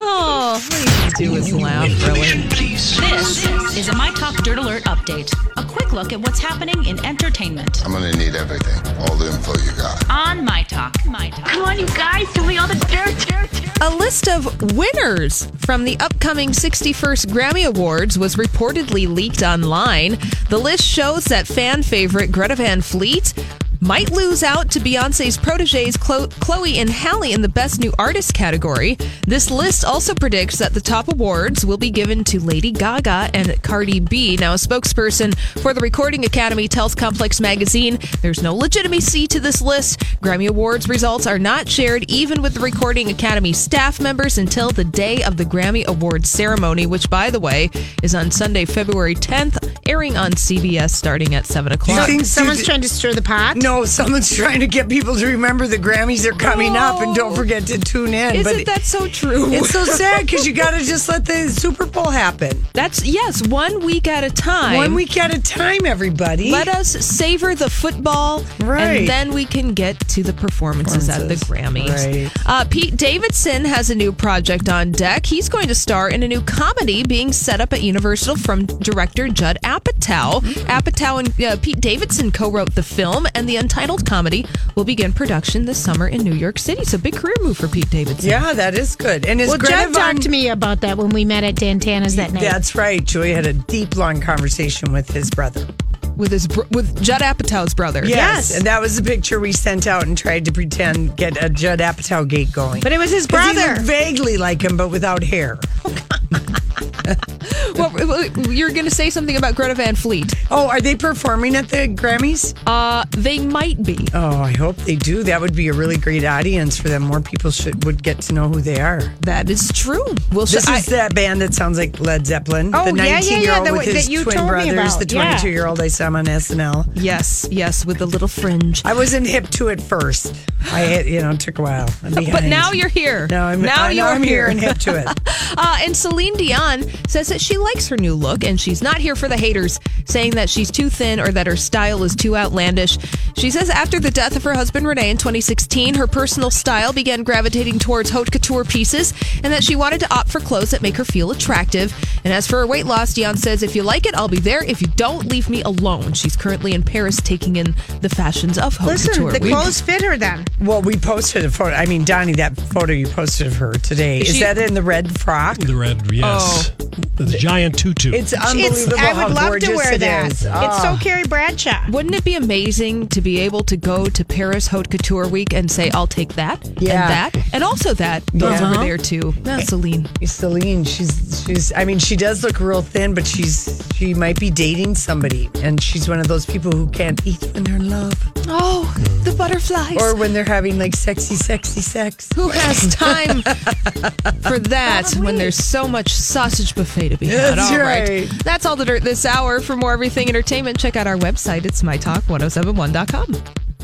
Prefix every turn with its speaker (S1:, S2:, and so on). S1: to Oh, do is laugh, really.
S2: This is a My Talk Dirt Alert update. A quick look at what's happening in entertainment
S3: I'm gonna need everything, all the info you got.
S2: on My Talk. My Talk.
S4: Come on, you guys, give me all the dirt, dirt, dirt.
S1: A list of winners from the upcoming 61st Grammy Awards was reportedly leaked online. The list shows that fan favorite Greta Van Fleet might lose out to Beyonce's proteges Chloe and Halle in the Best New Artist category. This list also predicts that the top awards will be given to Lady Gaga and Cardi B. Now, a spokesperson for the Recording Academy tells Complex Magazine there's no legitimacy to this list. Grammy Awards results are not shared even with the Recording Academy staff members until the day of the Grammy Awards ceremony, which, by the way, is on Sunday, February 10th, airing on CBS starting at 7 o'clock.
S5: think
S6: Someone's
S5: Susie-
S6: trying to stir the pot.
S5: No, someone's trying to get people to remember the Grammys are coming up, and don't forget to tune in.
S1: Isn't that so true?
S5: It's so sad because you got to just let the Super Bowl happen
S1: That's yes, one week at a time.
S5: one week at a time. Everybody,
S1: Let us savor the football,
S5: Right.
S1: and then we can get to the performances, at the Grammys.
S5: Right.
S1: Uh, Pete Davidson has a new project on deck. He's going to star in a new comedy being set up at Universal from director Judd Apatow. Apatow and uh, Pete Davidson co-wrote the film, and the untitled comedy will begin production this summer in New York City. So big career move for Pete Davidson.
S5: yeah, that is good. And is
S6: Well,
S5: Greta Von-
S6: Jeff talked to me about that when we met at Dantana's that night.
S5: That's right. Joey had a deep, long conversation with his brother.
S1: with his br- with Judd Apatow's brother.
S5: Yes, and that was the picture we sent out and tried to pretend get a Judd Apatow gate going.
S6: But it was his
S5: 'Cause he
S6: brother.
S5: looked vaguely like him, but without hair.
S1: Well, well, you're going to say something about Greta Van Fleet.
S5: Oh, are they performing at the Grammys?
S1: Uh, they might be.
S5: Oh, I hope they do. That would be a really great audience for them. More people should would get to know who they are.
S1: That is true. Well,
S5: This
S1: so I-
S5: is that band that sounds like Led Zeppelin.
S6: Oh,
S5: the
S6: yeah, yeah, yeah,
S5: 19 year old
S6: the
S5: with
S6: one
S5: his
S6: that you
S5: twin
S6: told me
S5: brothers,
S6: about.
S5: the
S6: Yeah.
S5: 22 year old I saw him on SNL.
S1: yes, yes, with the little fringe.
S5: I wasn't hip to it first. I, you know, it took a while. I'm
S1: But
S5: behind.
S1: now you're here.
S5: No, I'm,
S1: now
S5: I know
S1: you're
S5: I'm here and hip to it.
S1: Uh, and Celine Dion says that she likes her new look and she's not here for the haters, saying that she's too thin or that her style is too outlandish. She says after the death of her husband Renee in 2016, her personal style began gravitating towards haute couture pieces and that she wanted to opt for clothes that make her feel attractive. And as for her weight loss, Dion says, if you like it, I'll be there. If you don't, leave me alone. She's currently in Paris taking in the fashions of haute
S6: Listen,
S1: couture.
S6: the
S1: We-
S6: clothes fit her then.
S5: Well, we posted a photo. I mean, Donnie, that photo you posted of her today. Is
S1: She-
S5: that in the red frock?
S7: The red, yes. The giant tutu.
S5: It's unbelievable.
S6: I would
S5: how
S6: love
S5: gorgeous
S6: to wear
S5: it
S6: that.
S5: is.
S6: It's so Carrie Bradshaw.
S1: Wouldn't it be amazing to be able to go to Paris Haute Couture Week and say, I'll take that
S5: Yeah.
S1: and that and also that? Those
S5: Yeah. Uh-huh.
S1: over there too. Ah, Celine.
S5: Celine, she's she's. I mean, she does look real thin, but she's she might be dating somebody, and she's one of those people who can't eat when they're in love
S1: Oh, the butterflies.
S5: or when they're having like sexy, sexy sex.
S1: who has time for that when there's so much sausage buffet to be had?
S5: That's
S1: all right.
S5: right.
S1: oh That's all the dirt this hour. For more everything entertainment, check out our website. It's mytalk1071.com.